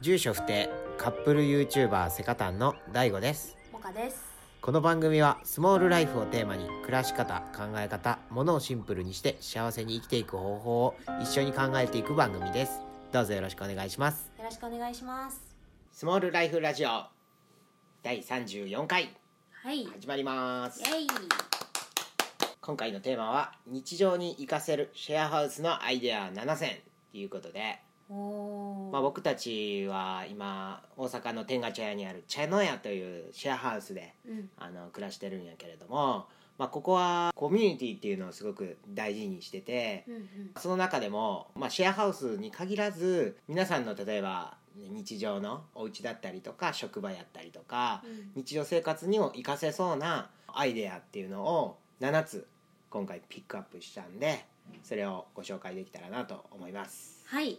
住所不定カップル YouTuber セカタンの DAIGO ですモカですこの番組はスモールライフをテーマに暮らし方考え方ものをシンプルにして幸せに生きていく方法を一緒に考えていく番組ですどうぞよろしくお願いしますよろしくお願いしますスモールライフラジオ第34回はいイエ始まりますイ今回のテーマは日常に活かせるシェアハウスのアイデア7選ということでおー、まあ、僕たちは今大阪の天下茶屋にある茶の屋というシェアハウスでうんあの暮らしてるんやけれども、まあ、ここはコミュニティっていうのをすごく大事にしててうんうんその中でも、まあ、シェアハウスに限らず皆さんの例えば日常のお家だったりとか職場やったりとかうん日常生活にも活かせそうなアイデアっていうのを7つ今回ピックアップしたんでそれをご紹介できたらなと思います。はい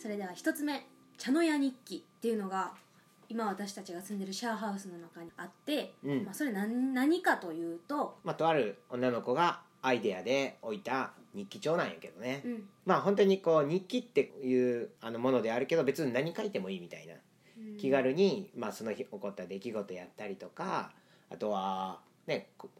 それでは一つ目茶の屋日記っていうのが今私たちが住んでるシェアハウスの中にあって、うんまあ、それ何何かというと、まあ、とある女の子がアイデアで置いた日記帳なんやけどね、うんまあ本当にこう日記っていうあのものであるけど別に何書いてもいいみたいな気軽に、まあ、その日起こった出来事やったりとかあとはねこ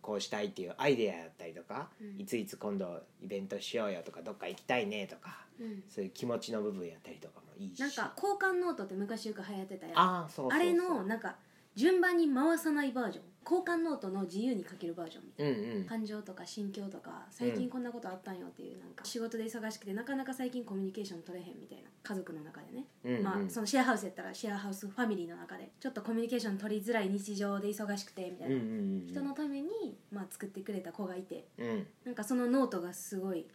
こうしたいっていうアイデアやったりとか、うんいついつ今度イベントしようよとかどっか行きたいねとかうんそういう気持ちの部分やったりとかもいいしなんか交換ノートって昔よく流行ってたやんああそうそうそうあれのなんか順番に回さないバージョン交換ノートの自由に書けるバージョンみたいうんうんな感情とか心境とか最近こんなことあったんよっていうなんか仕事で忙しくてなかなか最近コミュニケーション取れへんみたいな家族の中でね、うんうんまあそのシェアハウスやったらシェアハウスファミリーの中でちょっとコミュニケーション取りづらい日常で忙しくてみたいうんうんな、うん人のために、まあ、作ってくれた子がいてうんなんかそのノートがすごい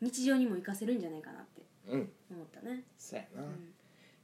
日常にも活かせるんじゃないかなってうん思ったね、そうやな、うん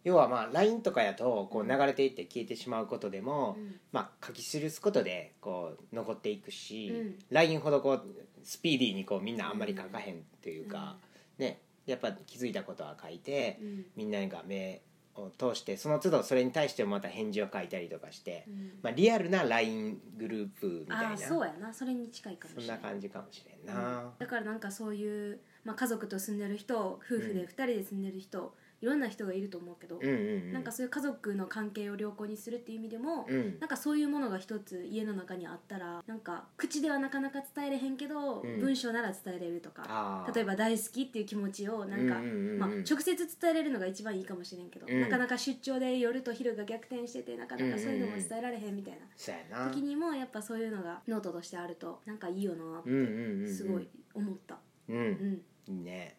要はまあ LINE とかやとこう流れていって消えてしまうことでも、うんまあ、書き記すことでこう残っていくし、うん LINE ほどこうスピーディーにこうみんなあんまり書かへんっていうか、ね、やっぱ気づいたことは書いて、うんみんなが目を通してその都度それに対してもまた返事を書いたりとかして、うんまあ、リアルな LINE グループみたいあなあそうやなそれに近いかもそんしれなない感じかもしれんな。だからなんかそういう、まあ、家族と住んでる人夫婦で2人で住んでる人、いろんな人がいると思うけうど、んうんうん、なんかそういう家族の関係を良好にするっていう意味でも、うんなんかそういうものが一つ家の中にあったらなんか口ではなかなか伝えれへんけど、うん文章なら伝えれるとかあー例えば大好きっていう気持ちをなんか、うんうんうんうんまあ、直接伝えれるのが一番いいかもしれんけど、うんなかなか出張で夜と昼が逆転しててなかなかそういうのも伝えられへんみたいな。そうやな時にもやっぱそういうのがノートとしてあるとなんかいいよなっうんうんうんうんてすごい思った、うんうん、いいね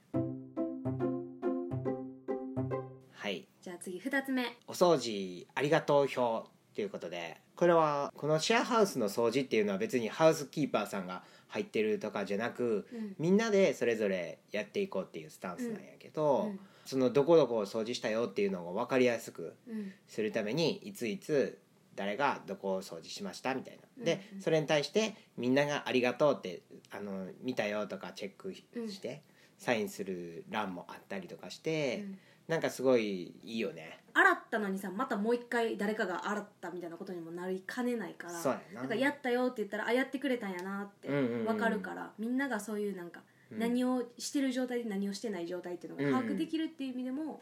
はいじゃあ次2つ目お掃除ありがとう表ということでこれはこのシェアハウスの掃除っていうのは別にハウスキーパーさんが入ってるとかじゃなくうんみんなでそれぞれやっていこうっていうスタンスなんやけど、うんそのどこどこを掃除したよっていうのを分かりやすくうんするためにいついつ誰がどこを掃除しましたみたいなでうんうんそれに対してみんなが「ありがとう」ってあの見たよとかチェックしうんしてサインする欄もあったりとかしてうんなんかすごいいいよね洗ったのにさまたもう一回誰かが洗ったみたいなことにもなりかねないからそうやななんかやったよって言ったらあやってくれたんやなってうんうんうん分かるから、みんながそういうなんか、うん何をしてる状態で何をしてない状態っていうのうんうがん把握できるっていう意味でも、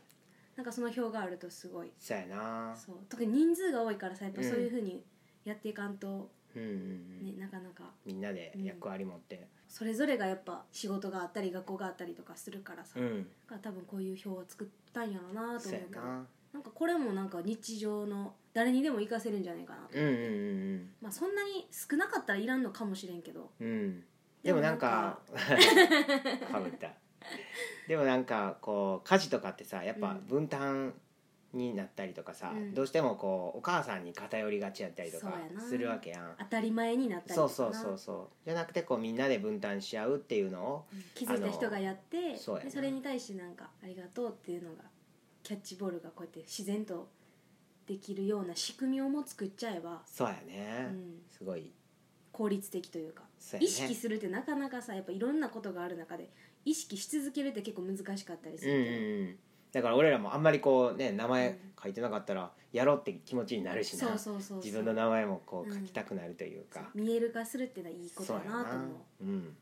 なんかその表があるとすごいそうやなそう特に人数が多いからさやっぱうんそういうふうにやっていかんと、うんうんうねんなかなかみんなで役割持ってそれぞれがやっぱ仕事があったり学校があったりとかするからさ、うだんから多分こういう表を作ったんやろうなとそう思うやけどななんかこれもなんか日常の誰にでも活かせるんじゃないかなと、うんうんうんまあそんなに少なかったらいらんのかもしれんけどうんうんでもなんかか ぶったでもなんかこう家事とかってさやっぱうん分担になったりとかさ、うんどうしてもこうお母さんに偏りがちやったりとかそうやなするわけやん当たり前になったりとそかうそうそうそうじゃなくてこうみんなで分担し合うっていうのをうん気づいた人がやってのそうやなでそれに対してなんか「ありがとう」っていうのがキャッチボールがこうやって自然とできるような仕組みをも作っちゃえば、そうやうね、ん、すごい効率的というかそうやね意識するってなかなかさやっぱいろんなことがある中で意識し続けるって結構難しかったりすうんうんるうけど、んだから俺らもあんまりこうね名う前ん書いてなかったらやろうって気持ちになるしなそうそうそうそう自分の名前もこうう書んきたくなるというか、見える化するってのはいいことそうだやなと思ううん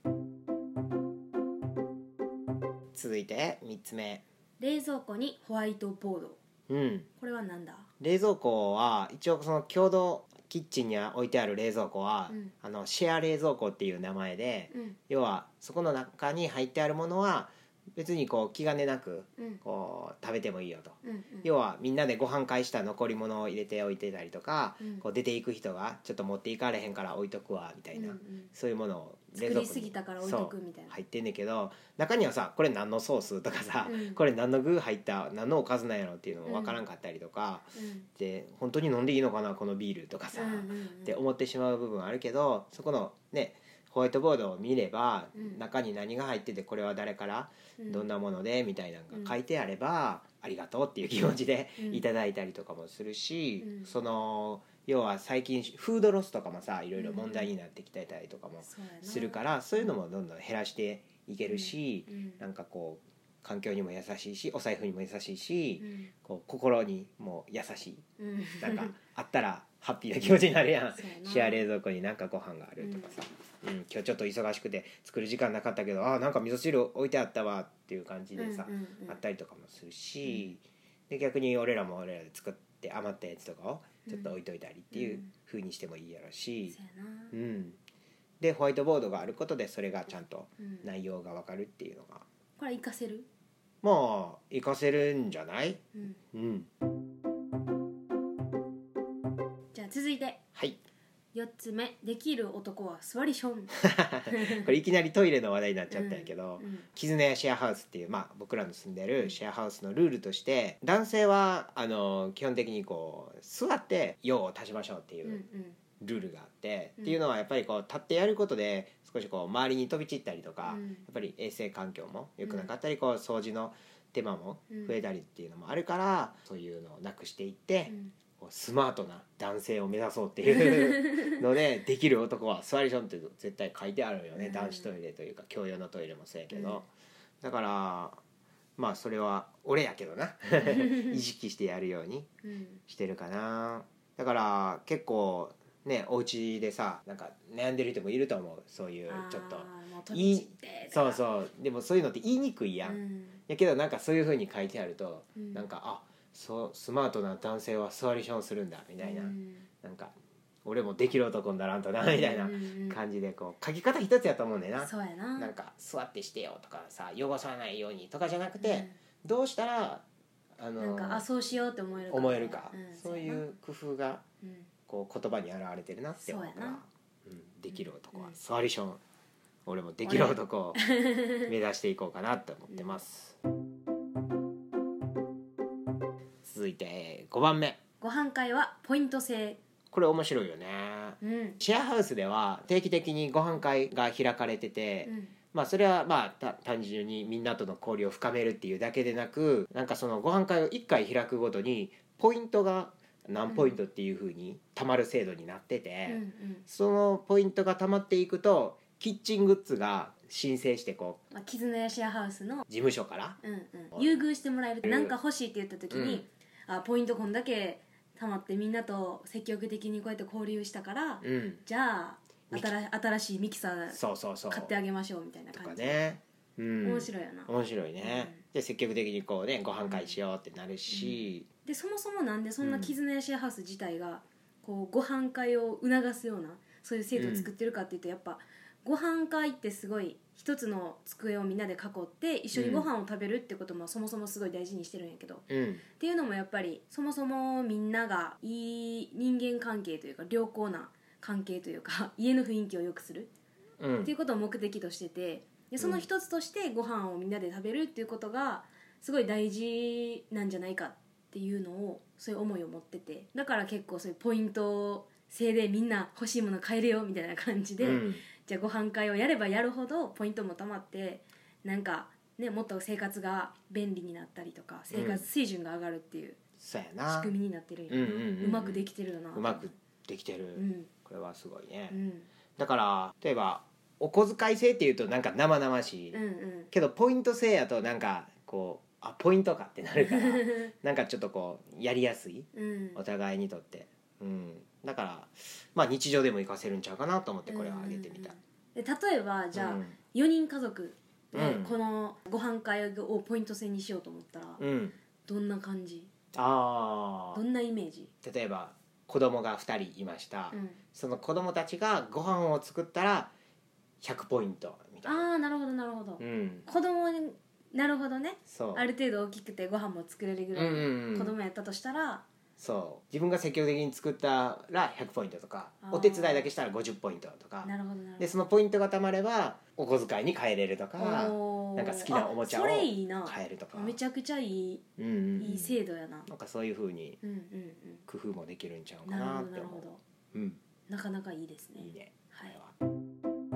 続いて3つ目冷蔵庫にホワイトボードうんこれはなんだ冷蔵庫は一応その共同キッチンに置いてある冷蔵庫は、うんあのシェア冷蔵庫っていう名前で、うん要はそこの中に入ってあるものは別にこう気兼ねなくうんこう食べてもいいよと、うんうん要はみんなでご飯会した残り物を入れておいてたりとか、うんこう出ていく人がちょっと持っていかれへんから置いとくわみたいな、うんうんそういうものを冷作蔵庫りにすぎたから置いとくそうみたいな入ってんねんけど中にはさこれ何のソースとかさ、うんこれ何の具入った何のおかずなんやろっていうのも分からんかったりとか、うんで本当に飲んでいいのかなこのビールとかさ、うんうんうんって思ってしまう部分あるけどそこのねホワイトボードを見れば、うん中に何が入っててこれは誰から、うんどんなものでみたいなのが書いてあれば、ありがとうっていう気持ちでうんいただいたりとかもするし、うんその要は最近フードロスとかもさいろいろ問題になってきてたりとかもそうやなするから、そういうのもどんどん減らしていけるし、うんなんかこう環境にも優しいしお財布にも優しいし、うんこう心にも優しいうんなんかあった らハッピーな気持ちになるやんそうやなシェア冷蔵庫になんかご飯があるとかさ、うん今日ちょっと忙しくて作る時間なかったけどあーなんか味噌汁置いてあったわっていう感じでさ、うんうんうんあったりとかもするし、で逆に俺らも俺らで作って余ったやつとかをちょっと置いといたりっていう風にしてもいいやろしそ、うやなうんでホワイトボードがあることでそれがちゃんとうん内容がわかるっていうのがこれ活かせるまあ活かせるんじゃない、うんうん、じゃあ続いてはい4つ目できる男は座りショ ンこれいきなりトイレの話題になっちゃったんやけど、うんキズネシェアハウスっていう、まあ、僕らの住んでるシェアハウスのルールとして男性はあの基本的にこう座って用を足しましょうっていうんううんルールがあって、うんっていうのはやっぱりこう立ってやることで少しこう周りに飛び散ったりとか、うやんっぱり衛生環境も良くなかったり、こう掃除の手間も増えたりっていうのもあるから、そういうのをなくしていって、うんこうスマートな男性を目指そうって いうのでできる男は座りションって絶対書いてあるよね、うん男子トイレというか共用のトイレもそうやけど、うんだからまあそれは俺やけど な意識してやるようにうんしてるかなだから結構ねお家でさなんか悩んでる人もいると思うそういうちょっとあーもう閉じてそうそうでもそういうのって言いにくいやん、うんやけどなんかそういう風に書いてあると、うんなんかあそうスマートな男性は座りションするんだみたいな、うんなんか俺もできる男にならんとなみたいなうんうん感じでこう書き方一つやと思うんだよなそうやななんか座ってしてよとかさ汚さないようにとかじゃなくて、うんどうしたらあのなんかあそうしようって思える思えるか、んそういう工夫がそうやなうんこう言葉に表れてるなって思うかそうらやなうん、できる男はうん座りション俺もできる男を目指していこうかなと思ってます、続いて5番目ご飯会はポイント制これ面白いよね、うんシェアハウスでは定期的にご飯会が開かれてて、うんまあそれはまあた単純にみんなとの交流を深めるっていうだけでなくなんかそのご飯会を1回開くごとにポイントが何ポイントっていうふうにたまる制度になってて、うんうんそのポイントがたまっていくとキッチングッズが申請してこうまあ絆やシェアハウスの事務所からうんうん優遇してもらえるなんか欲しいって言った時にあポイントこんだけ貯まってみんなと積極的にこうやって交流したからうんじゃあ新新しいミキサーそうそうそう買ってあげましょうみたいなとか感じね、うん、面白いよな面白いね、で積極的にこうねご飯会しようってなるし、でそもそもなんでそんな絆やシェアハウス自体がこうご飯会を促すようなそういう制度を作ってるかっていうとやっぱご飯会ってすごい一つの机をみんなで囲って一緒にご飯を食べるってこともそもそもすごい大事にしてるんやけどっうんていうのもやっぱりそもそもみんながいい人間関係というか良好な関係というか家の雰囲気を良くするうん、っていうことを目的としててでその一つとしてご飯をみんなで食べるっていうことがすごい大事なんじゃないかっていうのをそういう思いを持っててだから結構そういうポイント制でみんな欲しいもの買えるよみたいな感じで、うんじゃあご飯会をやればやるほどポイントもたまってなんか、ね、もっと生活が便利になったりとか生活水準が上がるっていうそうや仕な組みになってるんやうんうんうんうんうまくできてるよなうまくできてる、うんこれはすごいね、うんだから例えばお小遣い制っていうとなんか生々しい、うんうんけどポイント制やとなんかこうあポイントかってなるから なんかちょっとこうやりやすい うんお互いにとって、うん、だからまあ日常でも活かせるんちゃうかなと思ってこれを挙げてみた、うんうんうんで例えばじゃあ、うん4人家族って、うんこのご飯会をポイント制にしようと思ったら、うんどんな感じあどんなイメージ、あ例えば子供が2人いました、うん、その子供たちがご飯を作ったら100ポイントみたいなああなるほどなるほど、うん子供になるほどねそうある程度大きくてご飯も作れるぐらいうんうんうんの子供やったとしたら、そう自分が積極的に作ったら100ポイントとかあーお手伝いだけしたら50ポイントとかなるほどなるほでどそのポイントがたまればお小遣いに変えれるとかおーなんか好きなおもちゃをあそれいいな変えるとかめちゃくちゃいいうんうんうんいい制度やな、なんかそういうふうにうん、うん工夫もできるんちゃううんかななっるほどなてる思ほうどうんなかなかいいですねいいねはい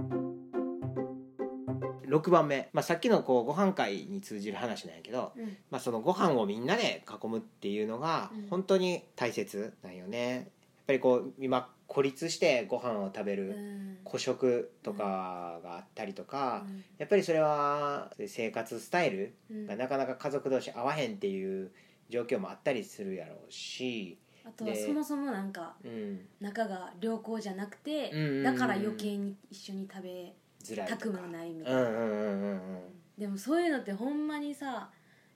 6番目、まあ、さっきのこうご飯会に通じる話なんやけど、うんまあ、そのご飯をみんなで囲むっていうのがうん本当に大切なんよね、やっぱりこう今孤立してご飯を食べうるん孤食とかがあったりとか、うんやっぱりそれは生活スタイルうんがなかなか家族同士合わへんっていう状況もあったりするやろうし、あとはでそもそもなんかうん、仲が良好じゃなくて、うんうんうんだから余計に一緒に食べ辛いたくともか。ないみたいな、うんうんうんうんうんでもそういうのってほんまにさ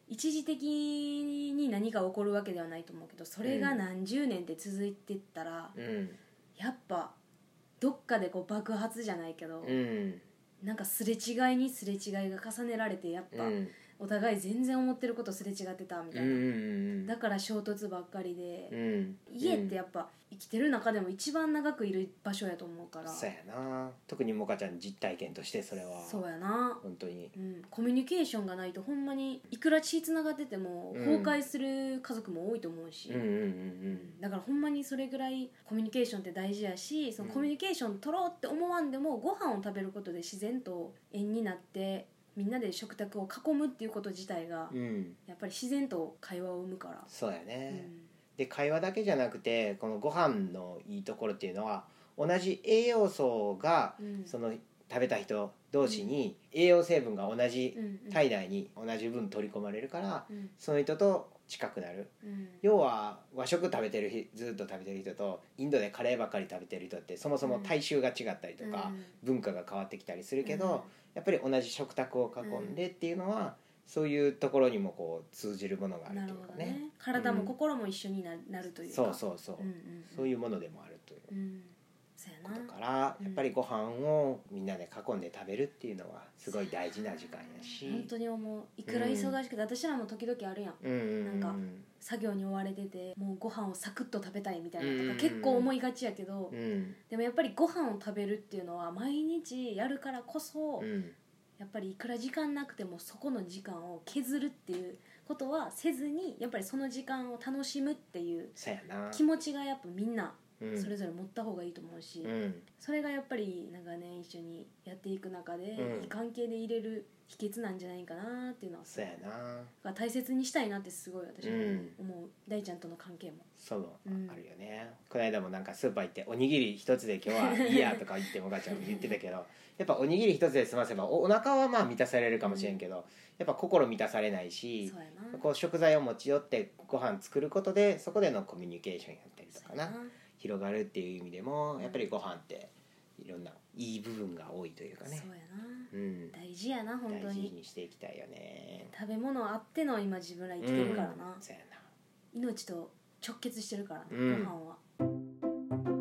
一時的に何か起こるわけではないと思うけどそれが何十年って続いてったら、うんやっぱどっかでこう爆発じゃないけど、うんなんかすれ違いにすれ違いが重ねられてやっうんうぱ、んお互い全然思ってることすれ違ってたみたういな、んだから衝突ばっかりで、うん家ってやっぱ生きてる中でも一番長くいる場所やと思うからそうやな特にもかちゃん実体験としてそれはそうやな本当にうん、コミュニケーションがないとほんまにいくら血つながっててもうん崩壊する家族も多いと思うし、うんうんうんだからほんまにそれぐらいコミュニケーションって大事やしそのうんコミュニケーション取ろうって思わんでもご飯を食べることで自然と縁になってみんなで食卓を囲むっていうこと自体がうんうんうんやっぱり自然と会話を生むから、そうやうね、んで会話だけじゃなくてこのご飯のいいところっていうのは同じ栄養素がうんその食べた人同士に栄養成分が同じうんうん体内に同じ分取り込まれるからうんその人と近くなるうん要は和食食べてる日ずっと食べてる人とインドでカレーばっかり食べてる人ってそもそも体臭が違ったりとか、うん文化が変わってきたりするけど、やっぱり同じ食卓を囲んでっていうのは、そういうところにもこう通じるものがあるなとるいうほかどねね体も心も一緒にななるというか、そうそうそう、うんうんうん、そういうものでもあるといううん、そうやこなとから、うんやっぱりご飯をみんなで囲んで食べるっていうのはすごい大事な時間やし本当に思ういくら忙しくて、私らも時々あるやんうんうんうんなん作業に追われててもうご飯をサクッと食べたいみたいなうんとうんうかん結構思いがちやけど、うんでもやっぱりご飯を食べるっていうのは毎日やるからこそ、うんやっぱりいくら時間なくてもそこの時間を削るっていうことはせずにやっぱりその時間を楽しむっていうそうやな気持ちがやっぱみんなうんそれぞれ持った方がいいと思うし、うんそれがやっぱり長年一緒にやっていく中で、うんいい関係で入れる秘訣なんじゃないかなっていうのはそうやなが大切にしたいなってすごい私もうん思う、大ちゃんとの関係もそうもうんあるよね、この間もなんかスーパー行って「おにぎり一つで今日はいいや」とか言ってもがちゃんも言ってたけど やっぱおにぎり一つで済ませばおお腹はまあ満たされるかもしれんけど、やっぱ心満たされないしそうやなこう食材を持ち寄ってご飯作ることでそこでのコミュニケーションやったりとそかうやな広がるっていう意味でもやっぱりご飯っていろんないい部分が多いというかそうねやな、うん、大事やな本当大事ににしていきたいよね。食べ物あっての今自分ら生きてるからな、うんそうやな命と直結してるからな、うんご飯は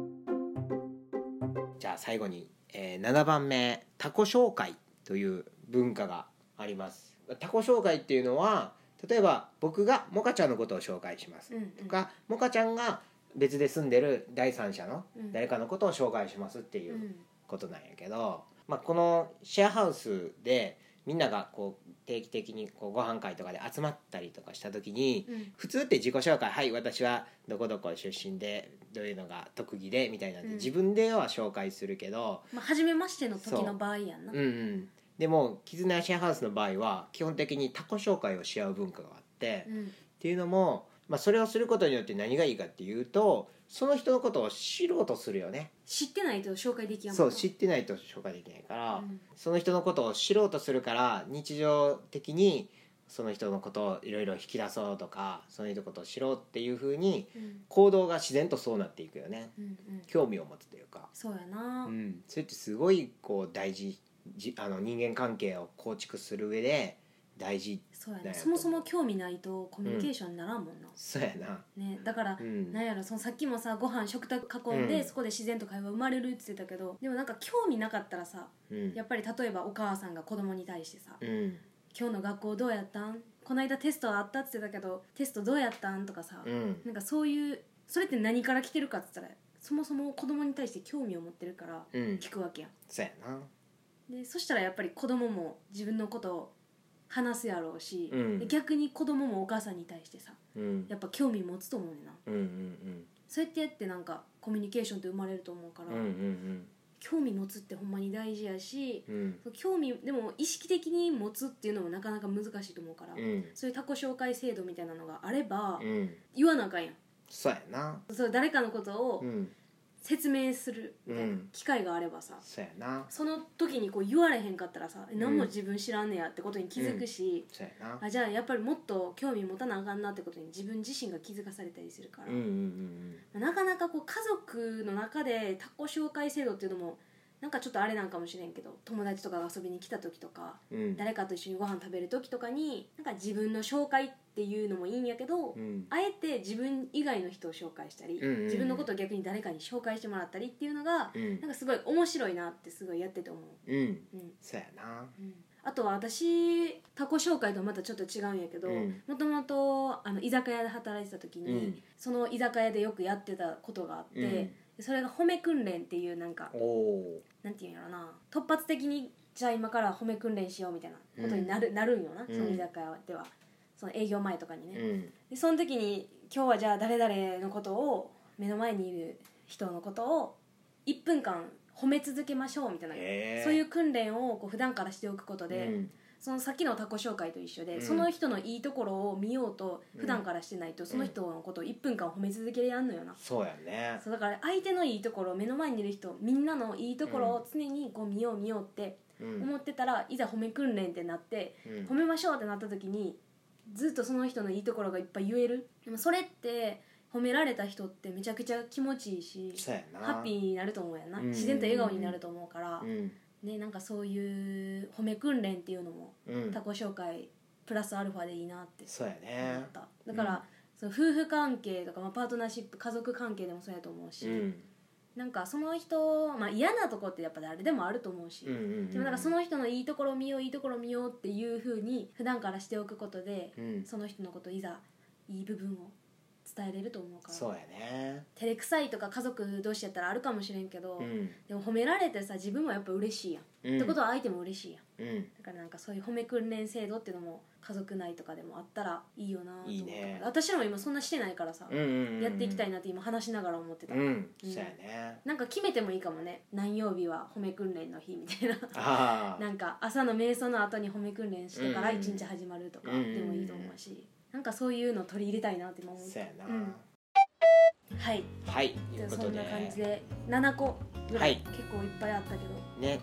じゃあ最後に、えー7番目タコ紹介という文化がありますタコ紹介っていうのは例えば僕がモカちゃんのことを紹介します、うんうんとかモカちゃんが別で住んでる第三者のうん誰かのことを紹介しますっていううんことなんやけど、まあ、このシェアハウスでみんながこう定期的にこうご飯会とかで集まったりとかした時に、うん普通って自己紹介「はい私はどこどこ出身でどういうのが特技で」みたいなんで、うん自分では紹介するけど、まあ初めましての時の場合やんなうんうん、でも絆シェアハウスの場合は基本的に他己紹介をし合う文化があって、っうんていうのも、まあ、それをすることによって何がいいかっていうとその人のことを知ろうとするよね。知ってないと紹介できやんもそんう知ってないと紹介できないから、うんその人のことを知ろうとするから日常的にその人のことをいろいろ引き出そうとかその人のことを知ろうっていうふうにうん行動が自然とそうなっていくよねうんうん興味を持つというか、そうやな、うん、それってすごいこう大事じあの人間関係を構築する上で大事そうやなんねやそもそも興味ないとコミュニケーションにならんもんな、そうやなね、だからう、んなんやろそのさっきもさご飯食卓囲んで、うんそこで自然と会話生まれるって言ってたけどでもなんか興味なかったらさうんやっぱり例えばお母さんが子供に対してさうん「今日の学校どうやったんこの間テストあった」って言ってたけど「テストどうやったん?」とかさ、うんなんかそういうそれって何から来てるかって言ったらそもそも子供に対して興味を持ってるからうん聞くわけやんそうやなでそしたらやっぱり子供も自分のことを話すやろうし、うんで逆に子供もお母さんに対してさうんやっぱ興味持つと思うねんなうんうんそうやってやってなんかコミュニケーションって生まれると思うから、うんうんうん興味持つってほんまに大事やしうんうん興味でも意識的に持つっていうのもなかなか難しいと思うから、うんそういう他己紹介制度みたいなのがあれば、うん言わなあかんやんそうやなそう誰かのことをうん説明するみたいなうん機会があればさ、そうやなその時にこう言われへんかったらさ、え何もうん自分知らんねやってことに気づくし、そうやなあじゃあやっぱりもっと興味持たなあかんなってことに自分自身が気づかされたりするからうんう、んうんなかなかこう家族の中で他己紹介制度っていうのもなんかちょっとあれなんかもしれんけど友達とかが遊びに来た時とかうんうん誰かと一緒にご飯食べる時とかになんか自分の紹介っていうのもいいんやけど、うんあえて自分以外の人を紹介したり、うんうんうん自分のことを逆に誰かに紹介してもらったりっていうのが、うんなんかすごい面白いなってすごいやってて思うんう。うんそうやなうんあとは私他己紹介とはまたちょっと違うんやけどうんもともとあの居酒屋で働いてた時に、うんその居酒屋でよくやってたことがあって、うんそれが褒め訓練っていうなんかおおなんていうんやろな突発的にじゃあ今から褒め訓練しようみたいなことになる,、なるんよなうそんの居酒屋では、その営業前とかにうね、んでその時に今日はじゃあ誰々のことを目の前にいる人のことを1分間褒め続けましょうみたいな、へえそういう訓練をこう普段からしておくことで、うんそのさっきの他己紹介と一緒うで、んその人のいいところを見ようと普段からしてないと、その人のことを1分間褒め続けてやんのよな、そうやねそうだから相手のいいところ目の前にいる人みんなのいいところうんを常にこう見よう見ようってうん思ってたら、いざ褒め訓練ってなってうん褒めましょうってなった時にずっとその人のいいところがいっぱい言えるでもそれって褒められた人ってめちゃくちゃ気持ちいいしそうやなハッピーになると思うやんな、うん自然と笑顔になると思うから、うんねなんかそういう褒め訓練っていうのもうん他己紹介プラスアルファでいいなってそうや思っねた、だから、その夫婦関係とか、まあ、パートナーシップ家族関係でもそうやと思うし、うんなんかその人、まあ、嫌なとこってやっぱ誰でもあると思うし、うんうんうんでもなんかその人のいいところを見よういいところを見ようっていうふうに普段からしておくことで、うんその人のこといざいい部分を伝えれると思うからそうやね照れくさいとか家族同士やったらあるかもしれんけど、うんでも褒められてさ自分もやっぱ嬉しいやん、うんってことは相手も嬉しいやんうんだからなんかそういう褒め訓練制度っていうのも家族内とかでもあったらいいよなと思ったいいね私らも今そんなしてないからさ、うんうんうんやっていきたいなって今話しながら思ってた、うんそうやねなんか決めてもいいかもね何曜日は褒め訓練の日 みたいなああなんか朝の瞑想の後に褒め訓練してからうん一日始まるとかうでんもいいと思うしなんかそういうの取り入れたいなって今思っそうたやなうんはいはいとじいゃあうこそとんでな感じで7個ぐらはいい結構いっぱいあったけど、ね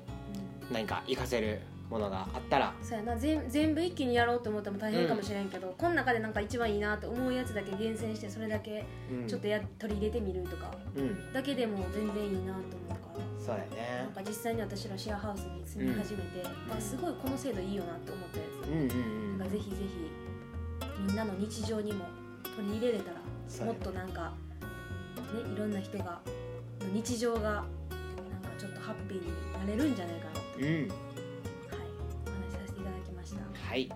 何か活かせるものがあったらそうやな全全部一気にやろうと思っても大変かもしれんけど、この中でなんか一番いいなって思うやつだけ厳選してそれだけうんちょっとや取り入れてみるとかうんだけでも全然いいなと思うから。そうやなねんか実際に私らシェアハウスに住み始めて、まあ、すごいこの制度いいよなって思ったやつうんうんうなんんかぜひぜひみんなの日常にも取り入れれたそうらねもっとなんか、ね、いろんな人が日常がなんかちょっとハッピーになれるんじゃないかなと、はい、うんお話しさせていただきましたはい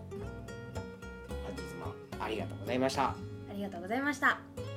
本日もありがとうございましたありがとうございました